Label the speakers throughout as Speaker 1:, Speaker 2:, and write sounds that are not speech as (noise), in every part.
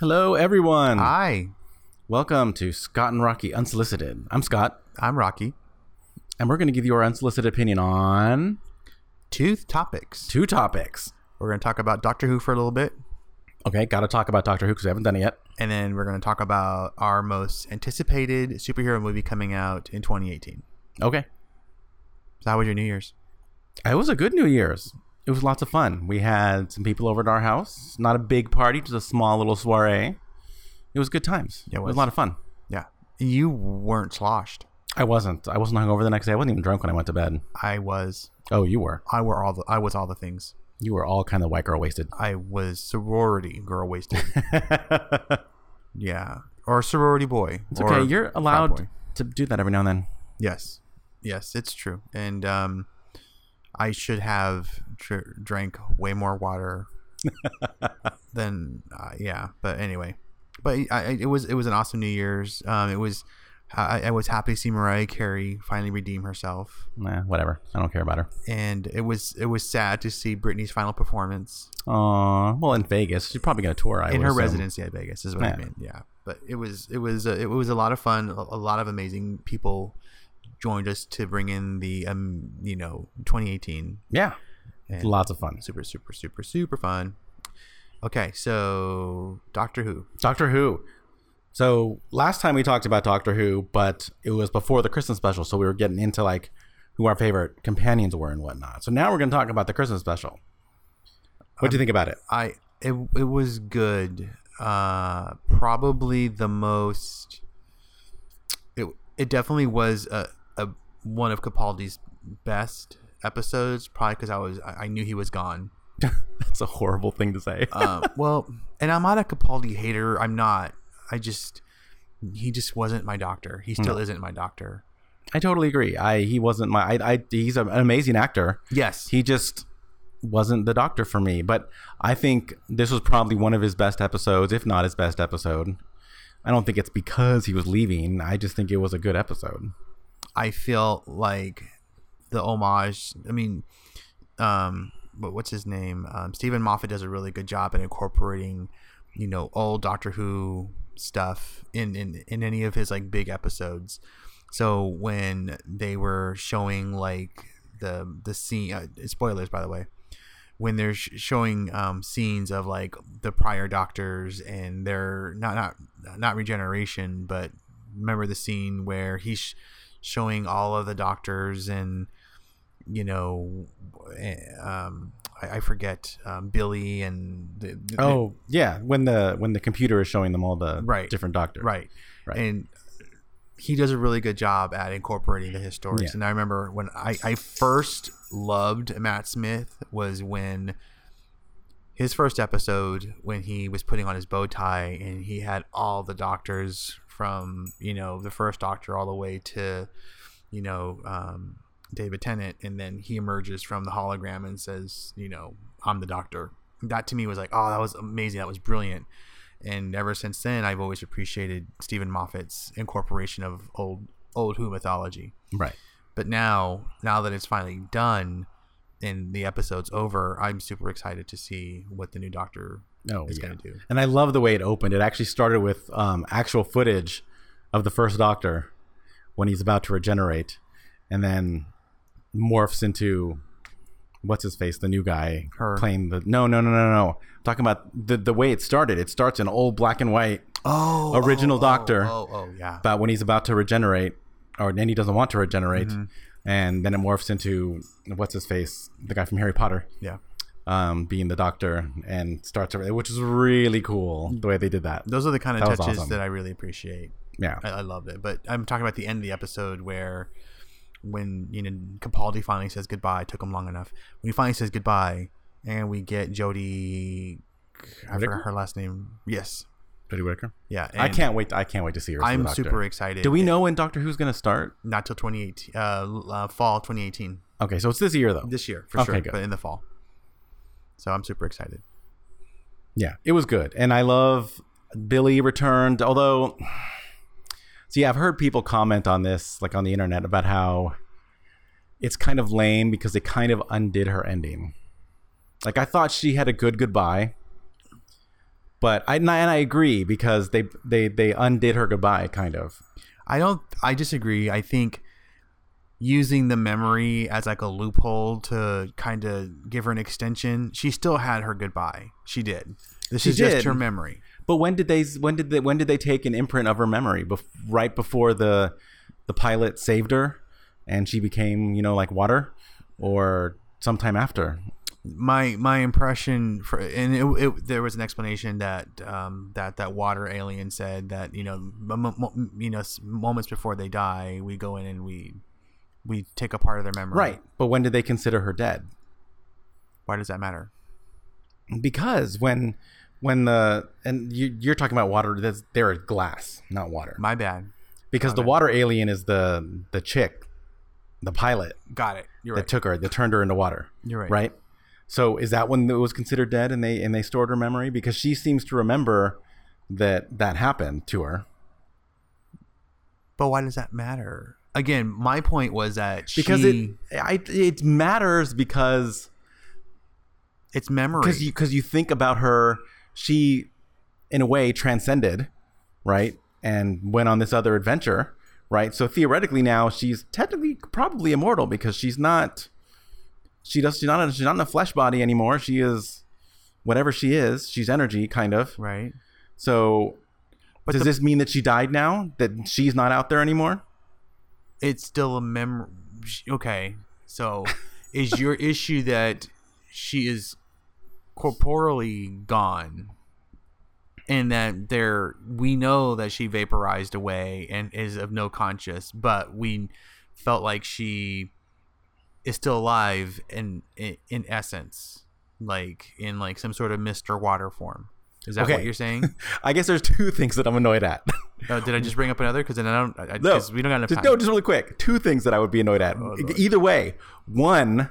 Speaker 1: Hello, everyone.
Speaker 2: Hi,
Speaker 1: Welcome to Scott and Rocky Unsolicited. I'm Scott,
Speaker 2: I'm Rocky.
Speaker 1: and we're going to give you our unsolicited opinion on
Speaker 2: Tooth topics.
Speaker 1: two topics.
Speaker 2: We're going to talk about Doctor Who for a little bit,
Speaker 1: Okay, got to talk about Doctor Who because I haven't done it yet.
Speaker 2: and then we're going to talk about our most anticipated superhero movie coming out in 2018.
Speaker 1: Okay.
Speaker 2: So, how was your New Year's?
Speaker 1: It was a good New Year's. It was lots of fun. We had some people over at our house. Not a big party, just a small little soiree. It was good times.
Speaker 2: Yeah,
Speaker 1: it
Speaker 2: it
Speaker 1: was
Speaker 2: was.
Speaker 1: a lot of fun.
Speaker 2: Yeah, you weren't sloshed.
Speaker 1: I wasn't. I wasn't hungover the next day. I wasn't even drunk when I went to bed.
Speaker 2: I was.
Speaker 1: Oh, you were.
Speaker 2: I were all the. I was all the things.
Speaker 1: You were all kind of white girl (laughs) wasted.
Speaker 2: I was sorority girl
Speaker 1: (laughs)
Speaker 2: wasted. yeah, or sorority boy.
Speaker 1: It's okay.
Speaker 2: or
Speaker 1: You're
Speaker 2: frat
Speaker 1: allowed
Speaker 2: boy.
Speaker 1: to do that every now and then.
Speaker 2: Yes, yes, it's true. And um, I should have dr- drank way more water than uh, yeah. But anyway, but I, I, it was it was an awesome New Year's. Um, it was I, I was happy to see Mariah Carey finally redeem herself,
Speaker 1: Nah, whatever. I don't care about her.
Speaker 2: and it was it was sad to see Britney's final performance
Speaker 1: Aw, well, in Vegas, she's probably gonna tour. I
Speaker 2: in
Speaker 1: would
Speaker 2: her
Speaker 1: assume.
Speaker 2: residency at Vegas is what
Speaker 1: Yeah.
Speaker 2: I mean. Yeah, but it was it was a, it was a lot of fun. A, a lot of amazing people joined us to bring in the um you know 2018
Speaker 1: Yeah,
Speaker 2: and
Speaker 1: lots of fun.
Speaker 2: super super super super fun. Okay, so Doctor Who.
Speaker 1: Doctor Who. So last time we talked about Doctor Who, but it was before the Christmas special, so we were getting into like who our favorite companions were and whatnot. So now we're gonna talk about the Christmas special. What do you think about it?
Speaker 2: I it it was good. Uh, probably the most. It it definitely was a, a one of Capaldi's best episodes. Probably because I was I I knew he was gone.
Speaker 1: That's a horrible thing to say.
Speaker 2: um, well, and I'm not a Capaldi hater. I'm not. I just he just wasn't my doctor. He still isn't my doctor.
Speaker 1: I totally agree. I he wasn't my. I, I he's an amazing actor.
Speaker 2: Yes,
Speaker 1: he just wasn't the doctor for me. But I think this was probably one of his best episodes, if not his best episode. I don't think it's because he was leaving. I just think it was a good episode.
Speaker 2: I feel like the homage. I mean, um, but what's his name? Um, Stephen Moffat does a really good job in incorporating, you know, old Doctor Who stuff in in in any of his like big episodes. So when they were showing like the the scene, uh, spoilers by the way, when they're sh- showing um, scenes of like the prior doctors and their not not not regeneration, but remember the scene where he's sh- showing all of the doctors and you know, eh, um, I, I forget um, Billy and the, the-
Speaker 1: Oh yeah, when the when the computer is showing them all the
Speaker 2: Right.
Speaker 1: different doctors.
Speaker 2: right
Speaker 1: Right.
Speaker 2: and he does a really good job at incorporating the historics
Speaker 1: Yeah.
Speaker 2: and i remember when I, I first loved matt smith was when his first episode when he was putting on his bow tie and he had all the doctors from you know the first doctor all the way to you know um, david tennant and then he emerges from the hologram and says you know i'm the doctor that to me was like oh that was amazing that was brilliant and ever since then i've always appreciated stephen moffat's incorporation of old old who mythology
Speaker 1: Right.
Speaker 2: but now now that it's finally done and the episode's over i'm super excited to see what the new doctor
Speaker 1: No.
Speaker 2: is
Speaker 1: yeah.
Speaker 2: going to do
Speaker 1: And I love the way it opened. It actually started with um, actual footage of the first Doctor when he's about to regenerate, and then morphs into what's his face, the new guy
Speaker 2: Her.
Speaker 1: playing the no, no, no, no, no. I'm talking about the the way it started. It starts in old black and white
Speaker 2: oh
Speaker 1: Original
Speaker 2: oh,
Speaker 1: Doctor.
Speaker 2: oh oh, oh, yeah
Speaker 1: about when he's about to regenerate, or and he doesn't want to regenerate,
Speaker 2: Mm-hmm.
Speaker 1: and then it morphs into what's his face, the guy from Harry Potter.
Speaker 2: yeah
Speaker 1: Um, being the doctor and starts, over- which is really cool the way they did that.
Speaker 2: those are the kind of
Speaker 1: That was
Speaker 2: touches
Speaker 1: awesome.
Speaker 2: that i really appreciate
Speaker 1: Yeah,
Speaker 2: I, I loved it but i'm talking about the end of the episode where when you know capaldi finally says goodbye it took him long enough when he finally says goodbye and we get jodie i
Speaker 1: Whittaker?
Speaker 2: forgot her last name yes
Speaker 1: Jodie Whittaker.
Speaker 2: yeah
Speaker 1: I
Speaker 2: and
Speaker 1: can't wait. I can't wait to see her. as the
Speaker 2: i'm
Speaker 1: Doctor.
Speaker 2: super excited
Speaker 1: Do we know when Doctor Who's gonna start?
Speaker 2: not till 2018 uh, uh fall 2018
Speaker 1: Okay, so it's this year though.
Speaker 2: this year for
Speaker 1: Okay,
Speaker 2: sure
Speaker 1: good.
Speaker 2: but in the fall so i'm super excited
Speaker 1: Yeah, it was good, and I love Billy returned. Although, see, I've heard people comment on this, like on the internet, about how it's kind of lame because they kind of undid her ending. Like I thought she had a good goodbye, But I and I, and I agree because they they they undid her goodbye kind of.
Speaker 2: I don't. I disagree. I think using the memory as like a loophole to kind of give her an extension, she still had her goodbye. She did. This
Speaker 1: She
Speaker 2: is
Speaker 1: did.
Speaker 2: just her memory.
Speaker 1: But when did they when did they when did they take an imprint of her memory? Bef- right before the the pilot saved her and she became, you know, like water or sometime after.
Speaker 2: My my impression for and it, it, there was an explanation that um, that that water alien said that you know mo- mo- mo- you know s- moments before they die we go in and we we take a part of their memory.
Speaker 1: Right. But when did they consider her dead?
Speaker 2: Why does that matter?
Speaker 1: Because when when the and you, you're talking about water, that's, they're glass, not water.
Speaker 2: My bad.
Speaker 1: Because the water alien is the the chick, the pilot
Speaker 2: Got it. You're
Speaker 1: that
Speaker 2: right.
Speaker 1: took her, that turned her into water.
Speaker 2: You're right.
Speaker 1: right? So is that when it was considered dead and they and they stored her memory because she seems to remember that that happened to her
Speaker 2: But why does that matter? Again, my point was that
Speaker 1: because
Speaker 2: she,
Speaker 1: it I, it matters because
Speaker 2: it's memory.
Speaker 1: because you because you think about her she in a way transcended right and went on this other adventure right so theoretically now she's technically probably immortal because she's not she does she's not she's not in a flesh body anymore she is whatever she is she's energy kind of
Speaker 2: right?
Speaker 1: so
Speaker 2: But
Speaker 1: Does
Speaker 2: the-
Speaker 1: this mean that she died now? That she's not out there anymore?
Speaker 2: it's still a memory. Okay, so is
Speaker 1: (laughs)
Speaker 2: your issue that she is corporally gone, and that there we know that she vaporized away and is of no conscious, but we felt like she is still alive in in, in essence, like in like some sort of Mister Water form. Is that what
Speaker 1: Okay. (laughs)
Speaker 2: you're saying?
Speaker 1: I guess there's two things that I'm annoyed at.
Speaker 2: Oh, did I just bring up another? Because then I don't. I,
Speaker 1: No,
Speaker 2: 'cause we don't got enough
Speaker 1: just,
Speaker 2: time.
Speaker 1: no, just really quick. Two things that I would be annoyed at. E- Either way, one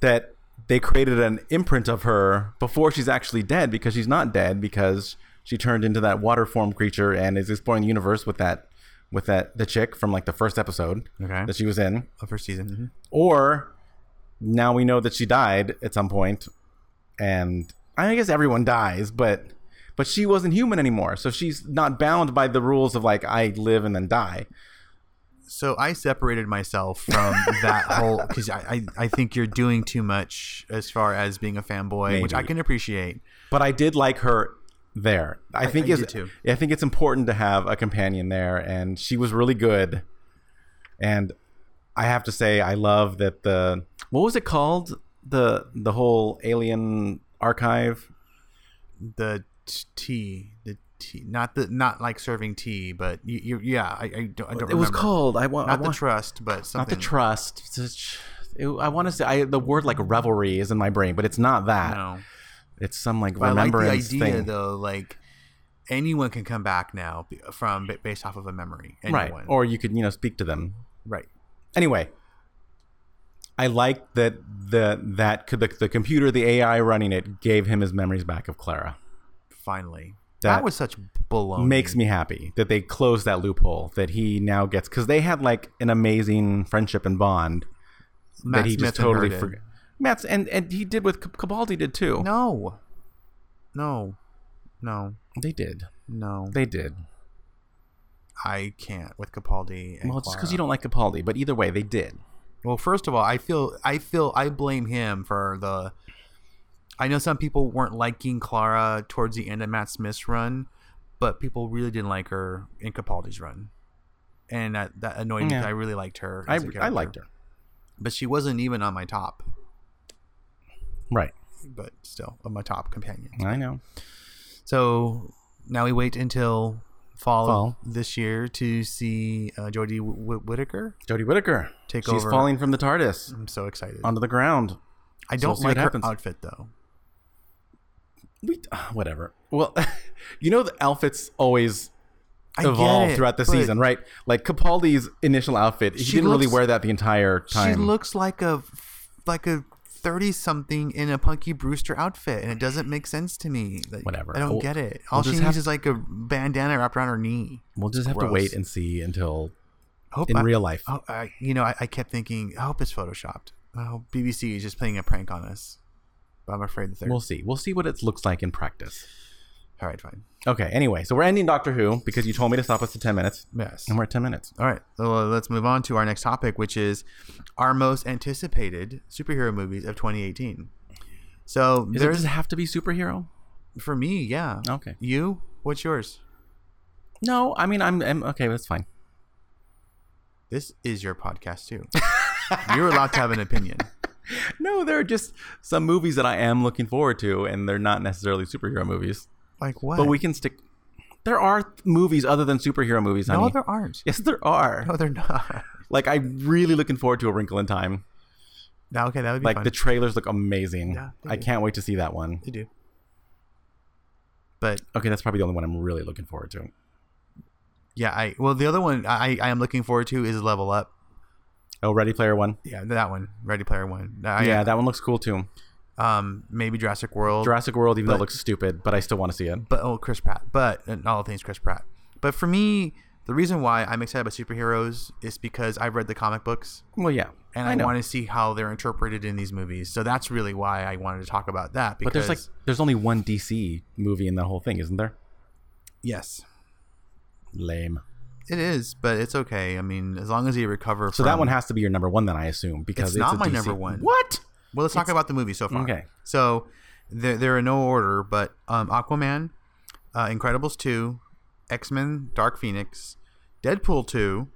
Speaker 1: that they created an imprint of her before she's actually dead because she's not dead because she turned into that water form creature and is exploring the universe with that with that the chick from like the first episode
Speaker 2: Okay.
Speaker 1: that she was in.
Speaker 2: Oh, first season. Mhm.
Speaker 1: or now we know that she died at some point and i guess everyone dies but but she wasn't human anymore so she's not bound by the rules of like i live and then die
Speaker 2: So I separated myself from
Speaker 1: (laughs)
Speaker 2: that whole because I, I I think you're doing too much as far as being a fanboy, which I
Speaker 1: Maybe.
Speaker 2: can appreciate.
Speaker 1: but i did like her there i, think
Speaker 2: I
Speaker 1: is
Speaker 2: did too.
Speaker 1: i think it's important to have a companion there and she was really good and i have to say i love that the what was it called the the whole alien archive
Speaker 2: The t- tea, the tea, not the not like serving tea, but you, you yeah, I, I don't. I don't
Speaker 1: it was
Speaker 2: remember.
Speaker 1: called i want
Speaker 2: not the trust, but something.
Speaker 1: not the trust. It's a ch- it- I want to say I, the word like revelry is in my brain, but it's not that.
Speaker 2: No,
Speaker 1: It's some like
Speaker 2: but I like the
Speaker 1: remembrance
Speaker 2: idea
Speaker 1: thing.
Speaker 2: though. Like anyone can come back now b- from b- based off of a memory. Anyone.
Speaker 1: right. Or you could, you know, speak to them.
Speaker 2: right.
Speaker 1: Anyway, I like that the that could the, the computer, the AI running it gave him his memories back of Clara.
Speaker 2: Finally, that,
Speaker 1: That
Speaker 2: was such baloney.
Speaker 1: Makes me happy that they closed that loophole that he now gets cuz they had like an amazing friendship and bond
Speaker 2: Matt
Speaker 1: that he
Speaker 2: Smith
Speaker 1: just totally
Speaker 2: inherited.
Speaker 1: forgot. Matt's and and he did with Cap- Capaldi did too.
Speaker 2: No. No. No.
Speaker 1: They did.
Speaker 2: No.
Speaker 1: They did.
Speaker 2: I can't with Capaldi. And
Speaker 1: Well, it's because
Speaker 2: Clara.
Speaker 1: you don't like Capaldi, but either way, they did.
Speaker 2: Well, first of all, I feel I feel I blame him for the. I know some people weren't liking Clara towards the end of Matt Smith's run, but people really didn't like her in Capaldi's run, and that, that annoyed me. 'cause
Speaker 1: Yeah.
Speaker 2: I really liked her.
Speaker 1: I,
Speaker 2: as a
Speaker 1: I
Speaker 2: character.
Speaker 1: liked her.
Speaker 2: but she wasn't even on my top.
Speaker 1: Right.
Speaker 2: But still, on my top companion.
Speaker 1: I know.
Speaker 2: So now we wait until fall,
Speaker 1: Fall.
Speaker 2: this year to see uh, Jodie Wh- Wh- Whittaker.
Speaker 1: Jodie Whittaker.
Speaker 2: Take
Speaker 1: She's
Speaker 2: over.
Speaker 1: falling from the TARDIS
Speaker 2: I'm so excited.
Speaker 1: onto the ground.
Speaker 2: I
Speaker 1: Um, so we'll
Speaker 2: don't
Speaker 1: see what
Speaker 2: like her
Speaker 1: happens.
Speaker 2: outfit though.
Speaker 1: We uh, whatever. Well, (laughs) you know the outfits always
Speaker 2: I get
Speaker 1: evolve
Speaker 2: it,
Speaker 1: throughout the
Speaker 2: but
Speaker 1: season, right? Like Capaldi's initial outfit, he
Speaker 2: She
Speaker 1: didn't really
Speaker 2: looks-
Speaker 1: wear that the entire time.
Speaker 2: She looks like a like a thirty something in a Punky Brewster outfit, and it doesn't make sense to me. Like,
Speaker 1: Whatever.
Speaker 2: I don't
Speaker 1: We'll-
Speaker 2: get it. All
Speaker 1: just
Speaker 2: she
Speaker 1: have-
Speaker 2: needs is like a bandana wrapped around her knee.
Speaker 1: we'll just have to
Speaker 2: gross.
Speaker 1: wait and see until
Speaker 2: I hope
Speaker 1: in
Speaker 2: I-
Speaker 1: real life.
Speaker 2: Oh, I, you know, I, I kept thinking, I hope it's photoshopped. I hope BBC is just playing a prank on us. But I'm afraid that they're
Speaker 1: We'll see. We'll see what it looks like in practice.
Speaker 2: All right, fine.
Speaker 1: Okay. Anyway, so we're ending Doctor Who because you told me to stop us to ten minutes,
Speaker 2: Yes.
Speaker 1: and we're at ten minutes.
Speaker 2: All right, so uh, let's move on to our next topic, which is our most anticipated superhero movies of 2018. So
Speaker 1: Is there,
Speaker 2: there's
Speaker 1: does it have to be superhero?
Speaker 2: for me, yeah.
Speaker 1: Okay.
Speaker 2: You, what's yours?
Speaker 1: No, I mean I'm, I'm okay. That's fine.
Speaker 2: This is your podcast too. You're allowed to have
Speaker 1: (laughs)
Speaker 2: an opinion.
Speaker 1: No, there are just some movies that I am looking forward to, and they're not necessarily superhero movies.
Speaker 2: Like what?
Speaker 1: But we can stick. There are th- movies other than superhero movies.
Speaker 2: no,
Speaker 1: honey.
Speaker 2: there aren't.
Speaker 1: Yes, there are.
Speaker 2: No, they're not. (laughs)
Speaker 1: Like I'm really looking forward to A Wrinkle in Time.
Speaker 2: Now, okay, that would be
Speaker 1: Like
Speaker 2: fun.
Speaker 1: the trailers look amazing.
Speaker 2: Yeah, they
Speaker 1: I
Speaker 2: do.
Speaker 1: can't wait to see that one.
Speaker 2: they do. But
Speaker 1: Okay, that's probably the only one I'm really looking forward to.
Speaker 2: yeah, I well the other one I I am looking forward to is Level Up.
Speaker 1: Oh, Ready Player One.
Speaker 2: Yeah, that one, Ready Player One. I,
Speaker 1: yeah, that one looks cool too.
Speaker 2: Um, maybe Jurassic World.
Speaker 1: Jurassic World, even though it
Speaker 2: But-
Speaker 1: looks stupid, but I still want to see it.
Speaker 2: but oh Chris Pratt. But and all things Chris Pratt. But for me, the reason why I'm excited about superheroes is because I've read the comic books
Speaker 1: Well, yeah,
Speaker 2: and
Speaker 1: I,
Speaker 2: I,
Speaker 1: know.
Speaker 2: want to see how they're interpreted in these movies. So that's really why I wanted to talk about that. Because
Speaker 1: but there's like there's only one DC movie in the whole thing, isn't there?
Speaker 2: yes,
Speaker 1: Lame.
Speaker 2: it is, but it's okay. I mean, as long as you recover.
Speaker 1: So that one has to be your number one, then I assume because
Speaker 2: It's
Speaker 1: it's,
Speaker 2: not
Speaker 1: a
Speaker 2: my
Speaker 1: DC.
Speaker 2: number one.
Speaker 1: What?
Speaker 2: well, let's talk about the movie so far.
Speaker 1: Okay.
Speaker 2: So they're, they're in no order, but um, Aquaman, uh, Incredibles 2, X Men, Dark Phoenix, Deadpool 2,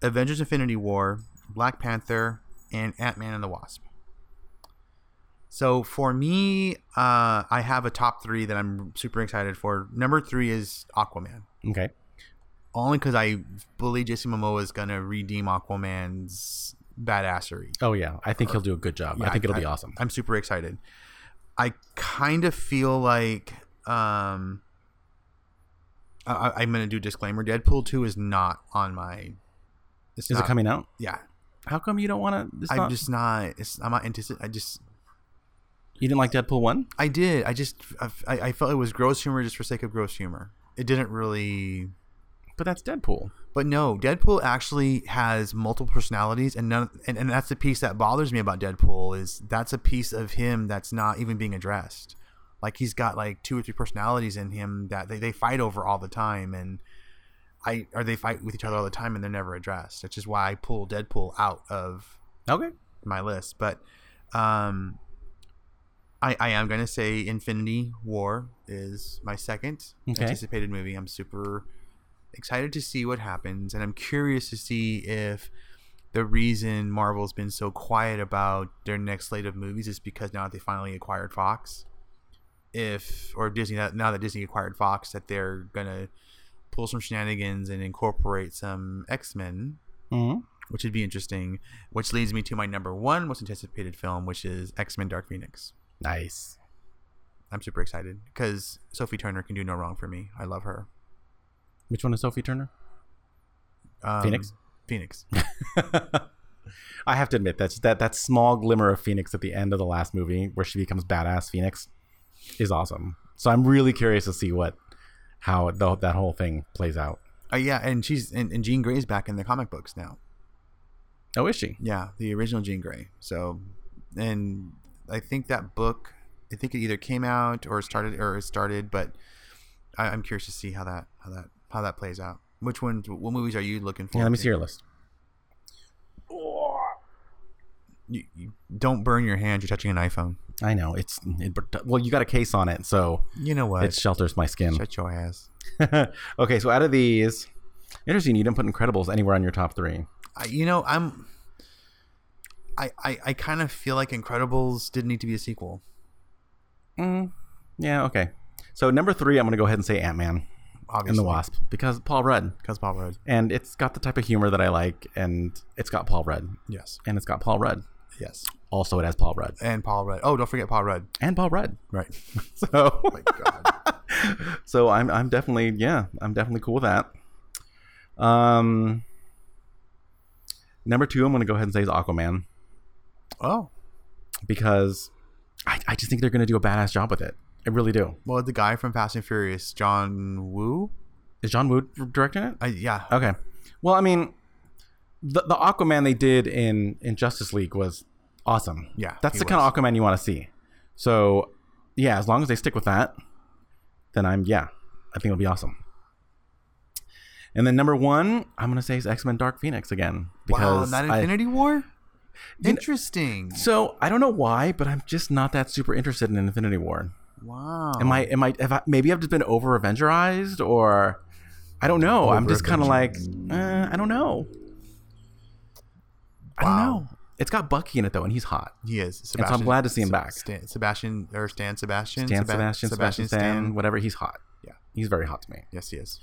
Speaker 2: Avengers Infinity War, Black Panther, and Ant Man and the Wasp. So for me, uh, I have a top three that I'm super excited for. Number three is Aquaman.
Speaker 1: Okay.
Speaker 2: Only because I believe Jason Momoa is going to redeem Aquaman's badassery.
Speaker 1: Oh yeah, I think he'll do a good job. I
Speaker 2: Uh, Yeah,
Speaker 1: think it'll be awesome.
Speaker 2: I'm super excited. I kind of feel like um, I, I- I'm gonna do disclaimer. Deadpool two is not on my. It's
Speaker 1: Is
Speaker 2: not,
Speaker 1: it coming out?
Speaker 2: Yeah,
Speaker 1: How come you don't want to?
Speaker 2: I'm
Speaker 1: Not,
Speaker 2: just not. It's, I'm not anticipating. I just.
Speaker 1: you didn't like Deadpool one?
Speaker 2: I did. I just. I, I I felt it was gross humor just for sake of gross humor. It didn't really.
Speaker 1: But that's Deadpool.
Speaker 2: But no, Deadpool actually has multiple personalities, and none. And, and that's the piece that bothers me about Deadpool is that's a piece of him that's not even being addressed. Like he's got like two or three personalities in him that they, they fight over all the time, and I or they fight with each other all the time, and they're never addressed. Which is why I pull Deadpool out of
Speaker 1: Okay.
Speaker 2: my list. But um, I I am gonna say Infinity War is my second
Speaker 1: Okay.
Speaker 2: anticipated movie. I'm super excited to see what happens, and I'm curious to see if the reason Marvel's been so quiet about their next slate of movies is because now that they finally acquired Fox, if or Disney now that Disney acquired Fox, that they're gonna pull some shenanigans and incorporate some X Men
Speaker 1: hmm
Speaker 2: which would be interesting. Which leads me to my number one most anticipated film, which is X Men: Dark Phoenix.
Speaker 1: Nice.
Speaker 2: I'm super excited because Sophie Turner can do no wrong for me. I love her.
Speaker 1: Which one is Sophie Turner? (laughs)
Speaker 2: Um,
Speaker 1: Phoenix?
Speaker 2: Phoenix.
Speaker 1: I have to admit that's that that small glimmer of Phoenix at the end of the last movie where she becomes badass Phoenix is awesome. So I'm really curious to see what how the, that whole thing plays out.
Speaker 2: Oh yeah, and she's and, and Jean Grey's back in the comic books now.
Speaker 1: Oh, is she?
Speaker 2: Yeah, the original Jean Grey. So, and I think that book, I think it either came out or started or it started, but I, I'm curious to see how that how that how that plays out. Which ones? What movies are you looking for?
Speaker 1: Yeah, let me see your list.
Speaker 2: You, you, don't burn your hand. You're touching an iPhone.
Speaker 1: I know it's it, well, you got a case on it, so
Speaker 2: You know what?
Speaker 1: it shelters my skin.
Speaker 2: Shut your ass.
Speaker 1: (laughs) okay, so out of these, interesting, you didn't put Incredibles anywhere on your top three.
Speaker 2: I, you know, I'm. I, I, I kind of feel like Incredibles did need to be a sequel.
Speaker 1: Mm, yeah, okay. So number three, I'm gonna go ahead and say Ant Man
Speaker 2: Obviously,
Speaker 1: and the Wasp because Paul Rudd,
Speaker 2: because Bob Road.
Speaker 1: and it's got the type of humor that I like, and it's got Paul Rudd,
Speaker 2: Yes,
Speaker 1: and it's got Paul Rudd.
Speaker 2: yes,
Speaker 1: Also, it has Paul Rudd
Speaker 2: and Paul Rudd. Oh, don't forget Paul Rudd.
Speaker 1: and Paul Rudd. (laughs)
Speaker 2: Right.
Speaker 1: So,
Speaker 2: My God. (laughs)
Speaker 1: so I'm I'm definitely yeah, I'm definitely cool with that. Um, number two, I'm gonna go ahead and say is Aquaman.
Speaker 2: oh,
Speaker 1: because I, I just think they're going to do a badass job with it. I really do.
Speaker 2: well, the guy from Fast and Furious, John Woo.
Speaker 1: Is John Woo directing it?
Speaker 2: I, yeah,
Speaker 1: Okay. Well, I mean, the, the Aquaman they did in, in Justice League was awesome.
Speaker 2: Yeah,
Speaker 1: That's
Speaker 2: he
Speaker 1: the kind of Aquaman you want to see. So, yeah, as long as they stick with that, then I'm yeah, I think it'll be awesome. And then number one, I'm gonna say is X Men Dark Phoenix again
Speaker 2: Wow,
Speaker 1: because
Speaker 2: not
Speaker 1: I-
Speaker 2: Infinity War.
Speaker 1: You know-
Speaker 2: Interesting.
Speaker 1: so I don't know why, but I'm just not that super interested in Infinity War.
Speaker 2: wow.
Speaker 1: Am I? Am I? Have I maybe I've just been over Avengerized, or I don't know. I'm just kind of like eh, I don't know. I don't
Speaker 2: Wow.
Speaker 1: know. It's got Bucky in it though, and he's hot.
Speaker 2: He is.
Speaker 1: so I'm glad to see him
Speaker 2: Seb-
Speaker 1: back.
Speaker 2: Stan, Sebastian or Stan Sebastian.
Speaker 1: Dan
Speaker 2: Seba-
Speaker 1: Sebastian, Sebastian, Stan, whatever. He's hot.
Speaker 2: Yeah.
Speaker 1: he's very hot to me.
Speaker 2: Yes, he is.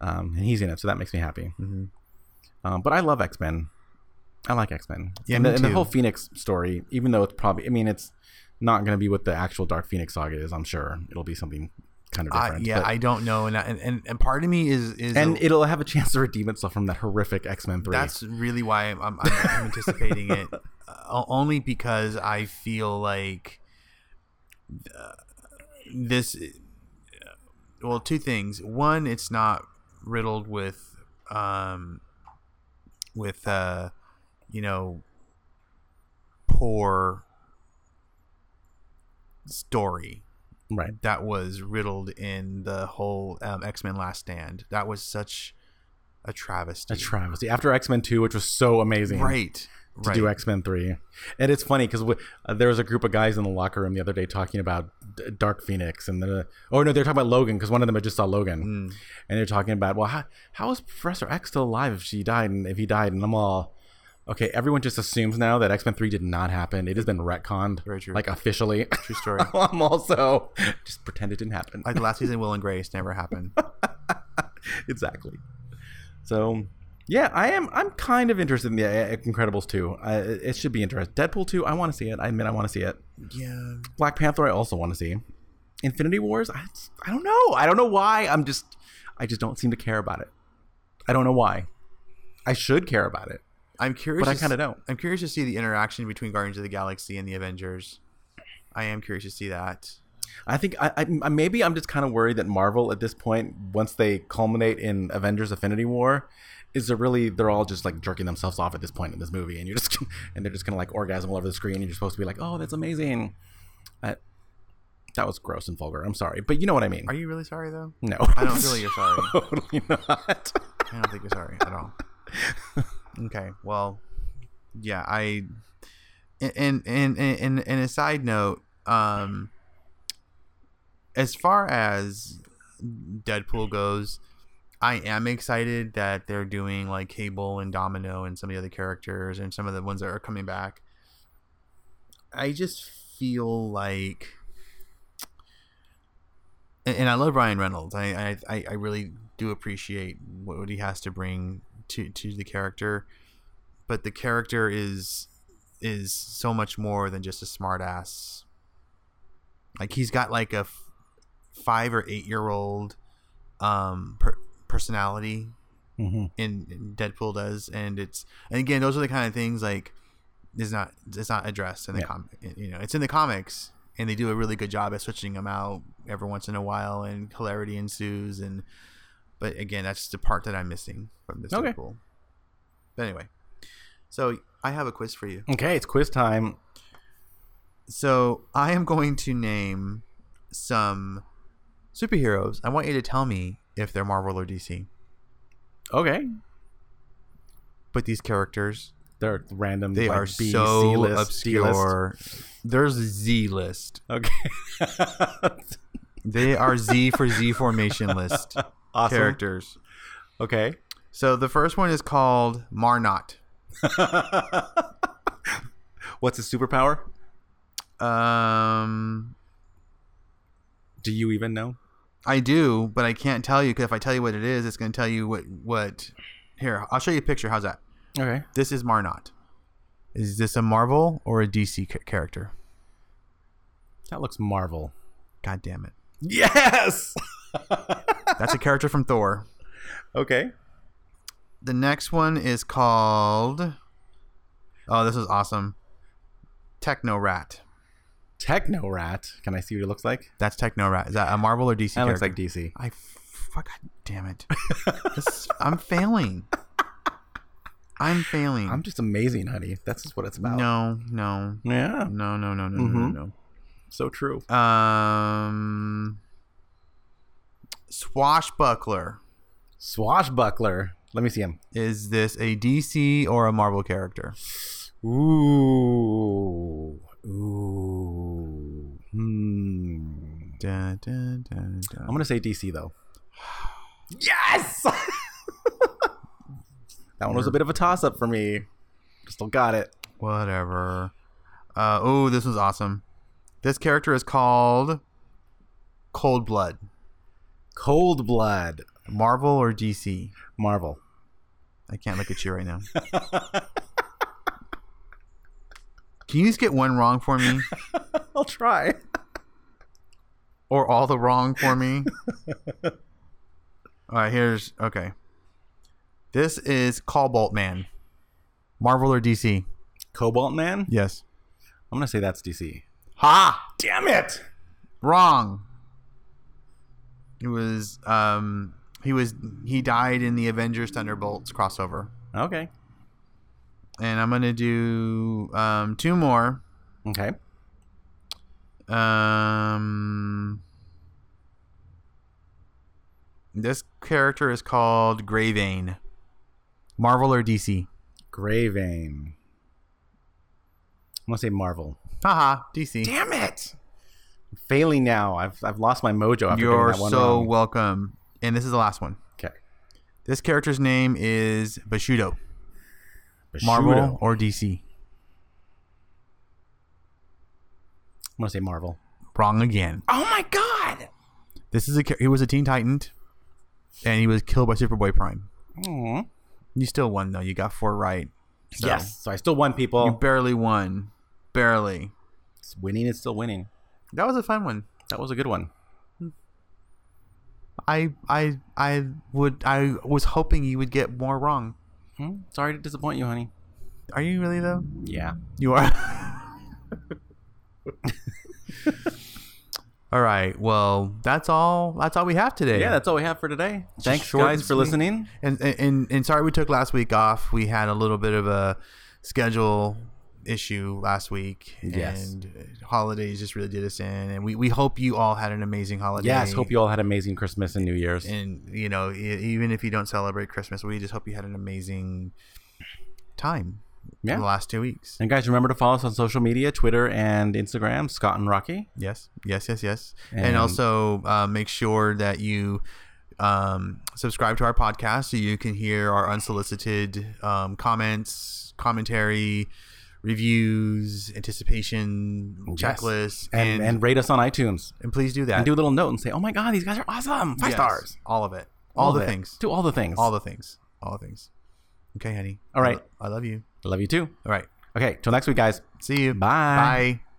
Speaker 1: Um, and he's in it, so that makes me happy.
Speaker 2: Mm-hmm.
Speaker 1: Um, but I love X Men. I like X Men.
Speaker 2: Yeah,
Speaker 1: and,
Speaker 2: me
Speaker 1: the, and the
Speaker 2: too.
Speaker 1: whole Phoenix story, even though it's probably, I mean, it's not going to be what the actual Dark Phoenix saga is. I'm sure it'll be something kind of
Speaker 2: I,
Speaker 1: different.
Speaker 2: yeah,
Speaker 1: but-
Speaker 2: I don't know, and I- and and, and part of me is is
Speaker 1: and it'll have a chance to redeem itself from that horrific X Men three.
Speaker 2: That's really why I'm, I'm, I'm
Speaker 1: (laughs)
Speaker 2: I'm anticipating it, uh, only because I feel like uh, this. uh, Well, two things. One, it's not riddled with, um, with uh, you know, poor story
Speaker 1: right.
Speaker 2: that was riddled in the whole um, X Men Last Stand. That was such a travesty.
Speaker 1: A travesty after X Men two, which was so amazing.
Speaker 2: Right.
Speaker 1: to
Speaker 2: right.
Speaker 1: do X Men Three, and it's funny because uh, there was a group of guys in the locker room the other day talking about D- Dark Phoenix, and the oh no, they're talking about Logan because one of them had just saw Logan,
Speaker 2: Mm.
Speaker 1: and they're talking about well, how, how is Professor X still alive if she died and if he died, and I'm all okay. Everyone just assumes now that X Men Three did not happen; it has been retconned,
Speaker 2: Very true.
Speaker 1: like officially. (laughs)
Speaker 2: True story.
Speaker 1: I'm also just pretend it didn't happen.
Speaker 2: like last season, Will and Grace never happened.
Speaker 1: (laughs) exactly. So, yeah, I am. I'm kind of interested in the uh, Incredibles two. I, it should be interesting. Deadpool two. I want to see it. I admit, I want to see it.
Speaker 2: Yeah.
Speaker 1: Black Panther. I also want to see. Infinity Wars. I, I don't know. I don't know why. I'm just. I just don't seem to care about it. I don't know why. I should care about it,
Speaker 2: I'm curious.
Speaker 1: but I
Speaker 2: to
Speaker 1: kind of
Speaker 2: s-
Speaker 1: don't.
Speaker 2: I'm curious to see the interaction between Guardians of the Galaxy and the Avengers. I am curious to see that.
Speaker 1: I think I, I I- maybe I'm just kind of worried that Marvel at this point, once they culminate in Avengers: Affinity War, is they're really they're all just like jerking themselves off at this point in this movie, and you're just and they're just gonna (laughs) like orgasm all over the screen, and you're supposed to be like, oh, that's amazing. I, that was gross and vulgar. I'm sorry, but you know what I mean.
Speaker 2: Are you really sorry though?
Speaker 1: no,
Speaker 2: (laughs) I don't feel you're sorry.
Speaker 1: (laughs) totally not.
Speaker 2: I don't think you're sorry at all. Okay. Well, yeah, I and and and and, and a side note, um as far as Deadpool goes, I am excited that they're doing like Cable and Domino and some of the other characters and some of the ones that are coming back. I just feel like and, and I love Ryan Reynolds. I, I- I I really do appreciate what, what he has to bring to to the character, but the character is is so much more than just a smartass. Like he's got like a f- five or eight year old um per- personality
Speaker 1: Mhm.
Speaker 2: Mm-hmm. in Deadpool does, and it's and again those are the kind of things like is not it's not addressed in the
Speaker 1: Yeah.
Speaker 2: com You know, it's in the comics, and they do a really good job at switching them out every once in a while, and hilarity ensues. And but again, that's the part that I'm missing from this
Speaker 1: Okay.
Speaker 2: Deadpool. But anyway, so I have a quiz for you.
Speaker 1: Okay, it's quiz time.
Speaker 2: So I am going to name some superheroes. I want you to tell me if they're Marvel or DC.
Speaker 1: Okay,
Speaker 2: But these characters
Speaker 1: they're random.
Speaker 2: They
Speaker 1: like,
Speaker 2: are
Speaker 1: B,
Speaker 2: so
Speaker 1: C-list, D-list.
Speaker 2: obscure. There's Z list.
Speaker 1: Okay, (laughs)
Speaker 2: They are Z for Z formation list
Speaker 1: awesome.
Speaker 2: characters.
Speaker 1: Okay.
Speaker 2: So the first one is called Marnot.
Speaker 1: (laughs) What's his superpower?
Speaker 2: Um,
Speaker 1: Do you even know?
Speaker 2: I do, but I can't tell you because if I tell you what it is, it's going to tell you what what. Here, I'll show you a picture. How's that?
Speaker 1: Okay.
Speaker 2: This is Marnot. Is this a Marvel or a DC ca- character?
Speaker 1: That looks Marvel.
Speaker 2: God damn it!
Speaker 1: Yes.
Speaker 2: That's a character from Thor.
Speaker 1: (laughs) okay.
Speaker 2: The next one is called. Oh, this is awesome. Techno Rat.
Speaker 1: Techno Rat. Can I see what it looks like?
Speaker 2: That's Techno Rat. Is that a Marvel or DC
Speaker 1: That looks
Speaker 2: character?
Speaker 1: like DC.
Speaker 2: I fuck. God damn it. This- I'm failing. I'm failing.
Speaker 1: I'm just amazing, honey. That's just what it's about.
Speaker 2: no, no,
Speaker 1: Yeah. Mm-hmm.
Speaker 2: no, no, no, no, no,
Speaker 1: Mhm.
Speaker 2: no,
Speaker 1: So true.
Speaker 2: no. Um, Swashbuckler.
Speaker 1: Swashbuckler. Let me see him.
Speaker 2: Is this a DC or a Marvel character?
Speaker 1: Ooh. Ooh. Hmm.
Speaker 2: Dun, dun, dun, dun.
Speaker 1: I'm going to say DC, though. Yes! (laughs) that one was a bit of a toss up for me. Still got it.
Speaker 2: Whatever. Uh, oh, this was awesome. This character is called Cold Blood.
Speaker 1: Cold Blood.
Speaker 2: Marvel or DC?
Speaker 1: Marvel.
Speaker 2: I can't look at you right now. Can you just get one wrong for me?
Speaker 1: I'll try.
Speaker 2: Or all the wrong for me? all right, here's. Okay. This is Cobalt Man. Marvel or DC?
Speaker 1: Cobalt Man?
Speaker 2: Yes.
Speaker 1: I'm going to say that's DC.
Speaker 2: Ha!
Speaker 1: Damn it!
Speaker 2: Wrong. It was um he was he died in the Avengers Thunderbolts crossover.
Speaker 1: Okay.
Speaker 2: And I'm gonna do um two more.
Speaker 1: Okay.
Speaker 2: Um This character is called Gravane. Marvel or DC?
Speaker 1: Gravane. I'm going to say Marvel.
Speaker 2: Haha, DC.
Speaker 1: Damn it! I'm failing now. I've, I've lost my mojo after doing
Speaker 2: You're
Speaker 1: that one
Speaker 2: so
Speaker 1: wrong.
Speaker 2: welcome. And this is the last one.
Speaker 1: Okay.
Speaker 2: This character's name is Bashudo. Marvel
Speaker 1: Prosciutto.
Speaker 2: or DC?
Speaker 1: I'm going to say Marvel.
Speaker 2: Wrong again.
Speaker 1: Oh my god!
Speaker 2: This is a char- he was a Teen Titan, and he was killed by Superboy Prime.
Speaker 1: Aw.
Speaker 2: You still won though. You got four right. So,
Speaker 1: Yes. Mm-hmm. So I still won, people.
Speaker 2: you barely won. Barely.
Speaker 1: It's winning is still winning.
Speaker 2: That was a fun one.
Speaker 1: That was a good one.
Speaker 2: I I I would I was hoping you would get more wrong.
Speaker 1: Hmm? Sorry to disappoint you, honey.
Speaker 2: Are you really though?
Speaker 1: Yeah.
Speaker 2: You are. (laughs) all right. Well, that's all. That's all we have today.
Speaker 1: Yeah, that's all we have for today. Thanks,
Speaker 2: short
Speaker 1: guys,
Speaker 2: and
Speaker 1: for
Speaker 2: sweet.
Speaker 1: listening.
Speaker 2: and and and sorry we took last week off. We had a little bit of a schedule issue last week,
Speaker 1: Yes.
Speaker 2: and holidays just really did us in. And we, we hope you all had an amazing holiday.
Speaker 1: Yes. Hope you all had amazing Christmas and New Year's.
Speaker 2: and you know e- even if you don't celebrate Christmas, we just hope you had an amazing time.
Speaker 1: Yeah.
Speaker 2: in the last two weeks.
Speaker 1: And guys, remember to follow us on social media Twitter and Instagram, Scott and Rocky.
Speaker 2: Yes, yes, yes, yes. And,
Speaker 1: And-
Speaker 2: also uh, make sure that you um, subscribe to our podcast so you can hear our unsolicited um, comments, commentary, reviews, anticipation, checklists,
Speaker 1: And, and, rate us on iTunes.
Speaker 2: and please do that.
Speaker 1: And do a little note and say, oh my God, these guys are awesome. Five
Speaker 2: Yes,
Speaker 1: stars.
Speaker 2: all of it, all,
Speaker 1: Love
Speaker 2: the
Speaker 1: it.
Speaker 2: things,
Speaker 1: Do all the things.
Speaker 2: all the things, all the things. Okay, honey.
Speaker 1: All right.
Speaker 2: I, lo- I love you.
Speaker 1: Love you too.
Speaker 2: All right,
Speaker 1: Okay. Till next week, guys.
Speaker 2: see you.
Speaker 1: Bye.
Speaker 2: Bye.